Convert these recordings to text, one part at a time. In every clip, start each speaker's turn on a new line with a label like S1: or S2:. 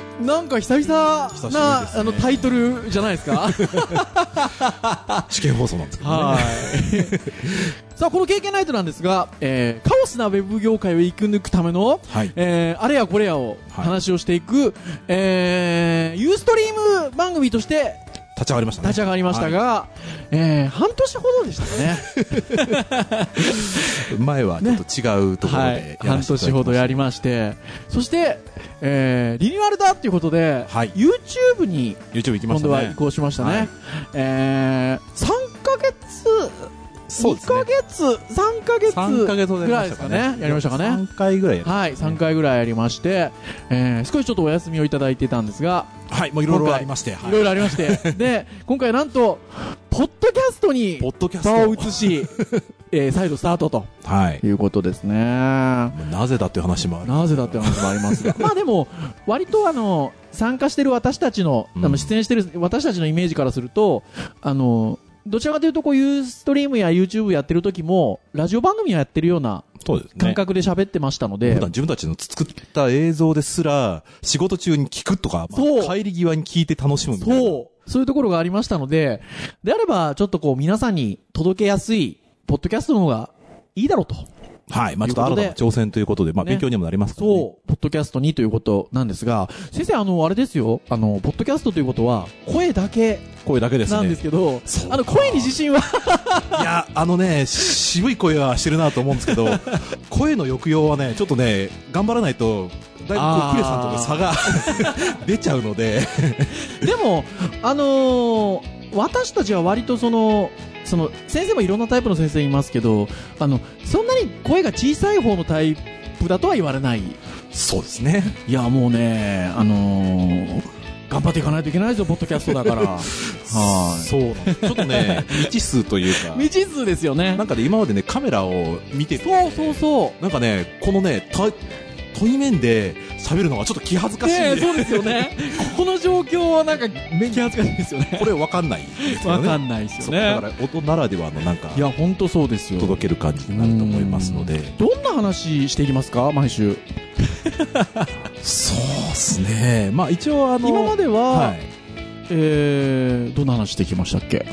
S1: 久々な、
S2: 久しぶりですね
S1: あのタイトルじゃないですか
S2: 試験放送なんですけどね。
S1: はいさあこの経験ナイトなんですが、えーカオスなウェブ業界を生き抜くための、
S2: はい
S1: えーあれやこれやを
S2: はい
S1: 話をしていく、えーユーストリーム番組として
S2: 立ち上がりましたね。
S1: 立ち上がりましたが、えー半年ほどでした かね
S2: はい前はちょっと違うところ
S1: は
S2: で
S1: い、
S2: や
S1: 半
S2: らせていただきました。
S1: 年ほどやりましてそして、えーリニューアルだっていうことで、
S2: はい
S1: YouTube に
S2: YouTube 行きま
S1: 今
S2: した
S1: 度
S2: ね。
S1: は移行しましたね、
S2: はい
S1: えー、3ヶ月
S2: そうですね
S1: 2ヶ月3ヶ月
S2: 3ヶ月ほど
S1: ぐらいですかねやりましたかね
S2: 3回ぐらいやりま
S1: はい3回ぐらいやりまして、えー、少しちょっとお休みをいただいてたんですが、、
S2: した。はい、もういろいろありまして、はい
S1: ろいろありまして で今回なんとポッドキャストに
S2: ポッドキャス
S1: 場を
S2: ト。
S1: 移し、えー、再度スタートと
S2: はい。
S1: いうことですね
S2: もうなぜだっていう話もある。
S1: なぜだって話もありますが まあでも割とあの参加してる私たちの、
S2: うん
S1: あの出演してる私たちのイメージからするとあのどちらかというとこういうストリームや YouTube やってる時もラジオ番組をやってるような
S2: そうですね。
S1: 感覚で喋ってましたので、
S2: 普段自分たちの作った映像ですら、仕事中に聞くとか、まあ
S1: そう
S2: 帰り際に聞いて楽しむみたいな。
S1: そうそういうところがありましたのでであればちょっとこう皆さんに届けやすいポッドキャストの方がいいだろうと
S2: はい。まあちょっと新たな挑戦ということで、まあ
S1: ね
S2: 勉強にもなりますからね。
S1: そう、ポッドキャストにということなんですが、先生、あの、あれですよ、あの、ポッドキャストということは、声だけ
S2: 声だけです
S1: なんで
S2: ね
S1: す。けど、
S2: そうか
S1: あの、声に自 信は、
S2: いや、あのね、渋い声はしてるなと思うんです けど、声の抑揚はね、ちょっとね、頑張らないと、だいぶこ
S1: あー
S2: う、クレさんとの差が 出ちゃうので、
S1: でも、あのー私たちは割とその、その、先生もいろんなタイプの先生いますけど、あの、そんなに声が小さい方のタイプだとは言われない。い
S2: そうですね。
S1: や、もうね、あのー頑張っていかないといけないですよ、ポッドキャストだから。はい。
S2: そうなのちょっとね、未知数というか、
S1: 未知数ですよね
S2: なん。かで今までね、カメラを見てて
S1: そうそうそう。
S2: なんかね、このね、た対面で喋るのがちょっと気恥ずかしい、
S1: ねえそうですよね ここの状況はなんか気恥ずかしいですよね
S2: これわかんないですよ
S1: わ
S2: ね。
S1: かんないですよ
S2: そう
S1: ね
S2: だから音ならではのなんか
S1: い、や本当そうですよ
S2: 届ける感じになると思いますので、
S1: どんな話していきますか毎週
S2: そうですね。まあ一応あの、
S1: 今までは、
S2: はい。
S1: えー、どんな話してきましたっけ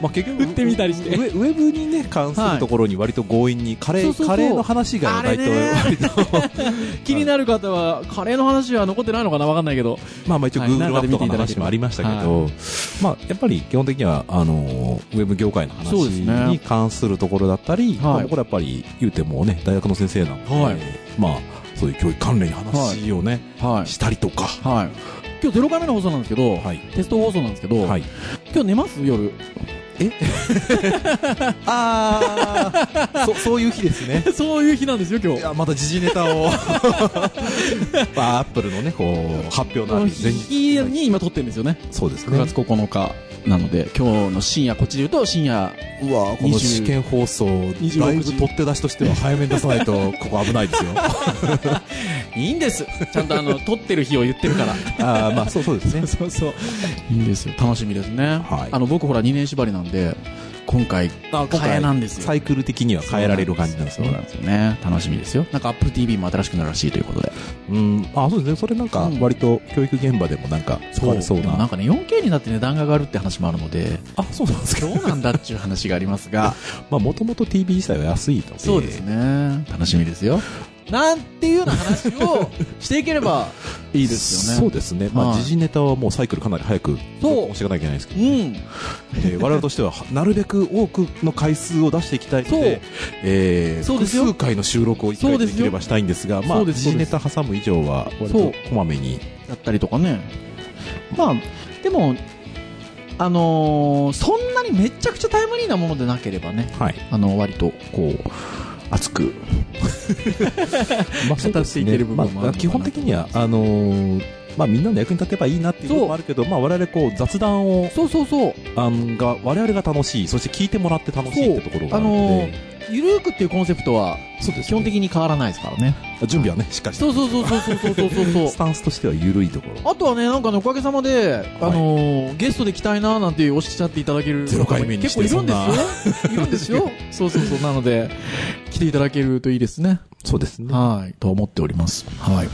S2: まあ、結
S1: 振
S2: 局
S1: ってみたりして
S2: ウェウェブにね関するところに割と強引にカレー、
S1: そうそうそう
S2: カレーの話が割と
S1: あれね
S2: 割と
S1: 気になる方はカレーの話は残ってないのかなわかんないけど
S2: まあまあ一応
S1: はい
S2: Google
S1: 中
S2: マ
S1: で
S2: ップ
S1: 見て
S2: とか
S1: い
S2: の
S1: ただければ
S2: 話もありましたけど、まあやっぱり基本的にはあのウェブ業界の話
S1: そうですね
S2: に関するところだったり、
S1: い
S2: まあこれやっぱり言うてもね大学の先生なので、
S1: はい
S2: まあそういう教育関連の話をね、
S1: は
S2: したりとか、
S1: いはい今日0回目の放送なんですけど、
S2: はい
S1: テスト放送なんですけど、
S2: はい、
S1: 今日寝ます夜
S2: ああ そそういう日ですね。
S1: そういう日なんですよ今
S2: い
S1: 日
S2: やまた時事ネタをまあアップルのねこう発表
S1: あ
S2: の
S1: の
S2: ある前日
S1: 日に今撮ってるんですよね
S2: そうです
S1: 9
S2: ね
S1: 月9日なので今日の深夜こっちで言うと深夜
S2: うわこの試験放送
S1: 時
S2: だいぶ取って出しとしては早めに出さないとここ危ないですよ
S1: いいんです。ちゃんとあ の、撮ってる日を言ってるから。
S2: ああまあそうそうですね
S1: そうそう。いいんですよ。楽しみですね。
S2: はい
S1: あの、僕ほら2年縛りなんで、今回、
S2: 今回
S1: 替えなんですよ
S2: サ。イクル的には変えられる感じなんですよ
S1: そうなんですよね。楽しみですよ。なんか Apple TV も新しくなるらしいということで。
S2: うんあそうですねそれなんか
S1: うん
S2: 割と教育現場でもなんか使われそう
S1: でもな
S2: なん
S1: かね、4K になって値段が上がるって話もあるので、
S2: あそうなんです
S1: どうなんだっていう話がありますが、
S2: まあもともと TV 自体は安いので
S1: そうですね。楽しみですよ。なんていうような話をしていければいいですよ
S2: そ
S1: ね
S2: う。ですねまあ
S1: はい
S2: 時事ネタはもうサイクルかなり早く
S1: そう
S2: 押していかなきゃいけないですけど
S1: うん。
S2: えー我々としてはなるべく多くの回数を出していきたいのでえー
S1: そうですよ
S2: 複数回の収録を1回でできればしたいんですがま
S1: そ
S2: あ
S1: うですそう
S2: 時事
S1: で
S2: ネ
S1: す
S2: タ挟む以上は割
S1: そう
S2: とこまめに
S1: だったりとかねまあでもあのーそんなにめちゃくちゃタイムリーなものでなければね
S2: はい
S1: あの割とこう熱く
S2: まあ
S1: そうですね語っていける部分もあるのかな
S2: まあ基本的にはあのーまあみんなの役に立てばいいなっていうの
S1: そう
S2: もあるけどまあ我々こう雑談を
S1: そうそうそう
S2: あんが我々が楽しいそして聞いてもらって楽しいってところがあるの
S1: そうあの
S2: で
S1: ゆるーくっていうコンセプトは
S2: そうですね
S1: 基本的に変わらないですからね
S2: 準備はねしっかりして
S1: そうそうそうそうそうそうそうそう
S2: スタンスとしては緩いところ
S1: あとはねなんかねおかげさまで、あのーゲストで来たいなーなんておっしゃっていただける
S2: ゼロ回目にして
S1: 結構いるんですよいるんです よそうそうそうなので来ていただけるといいですね
S2: そうですね
S1: はいと思っておりますはい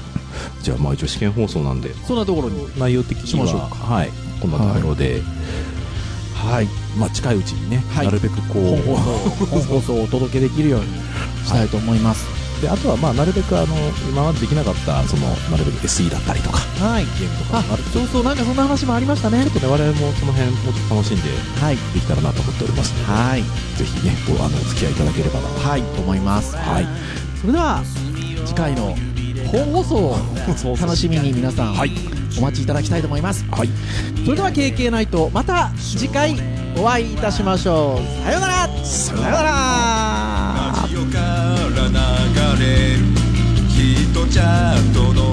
S2: じゃあまあ一応試験放送なんで
S1: そんなところに
S2: 内容的には
S1: しましょうか
S2: はい、こんなところで、はいまあ、近いうちにね、
S1: はい
S2: なるべくこ
S1: 本放
S2: う
S1: 送本放送をお届けできるようにしたいと思います
S2: であとはまあなるべくあの今までできなかったそのなるべく SE だったりとか
S1: はい
S2: ゲームとか
S1: あ
S2: もあると
S1: そうそうなんかそんな話もありましたね
S2: ちょっとね我々もその辺もうちょっと楽しんで
S1: はい
S2: できたらなと思っておりますので、
S1: はい
S2: ぜひねごあのお付き合いいただければな
S1: はいと思います
S2: はい
S1: それでは次回の本放送を楽しみ に皆さん
S2: はい
S1: お待ちいただきたいと思います
S2: はい
S1: それでは KK ナイトまた次回お会いいたしましょうさようならさようなら
S3: ラジオから流れるヒットチャートの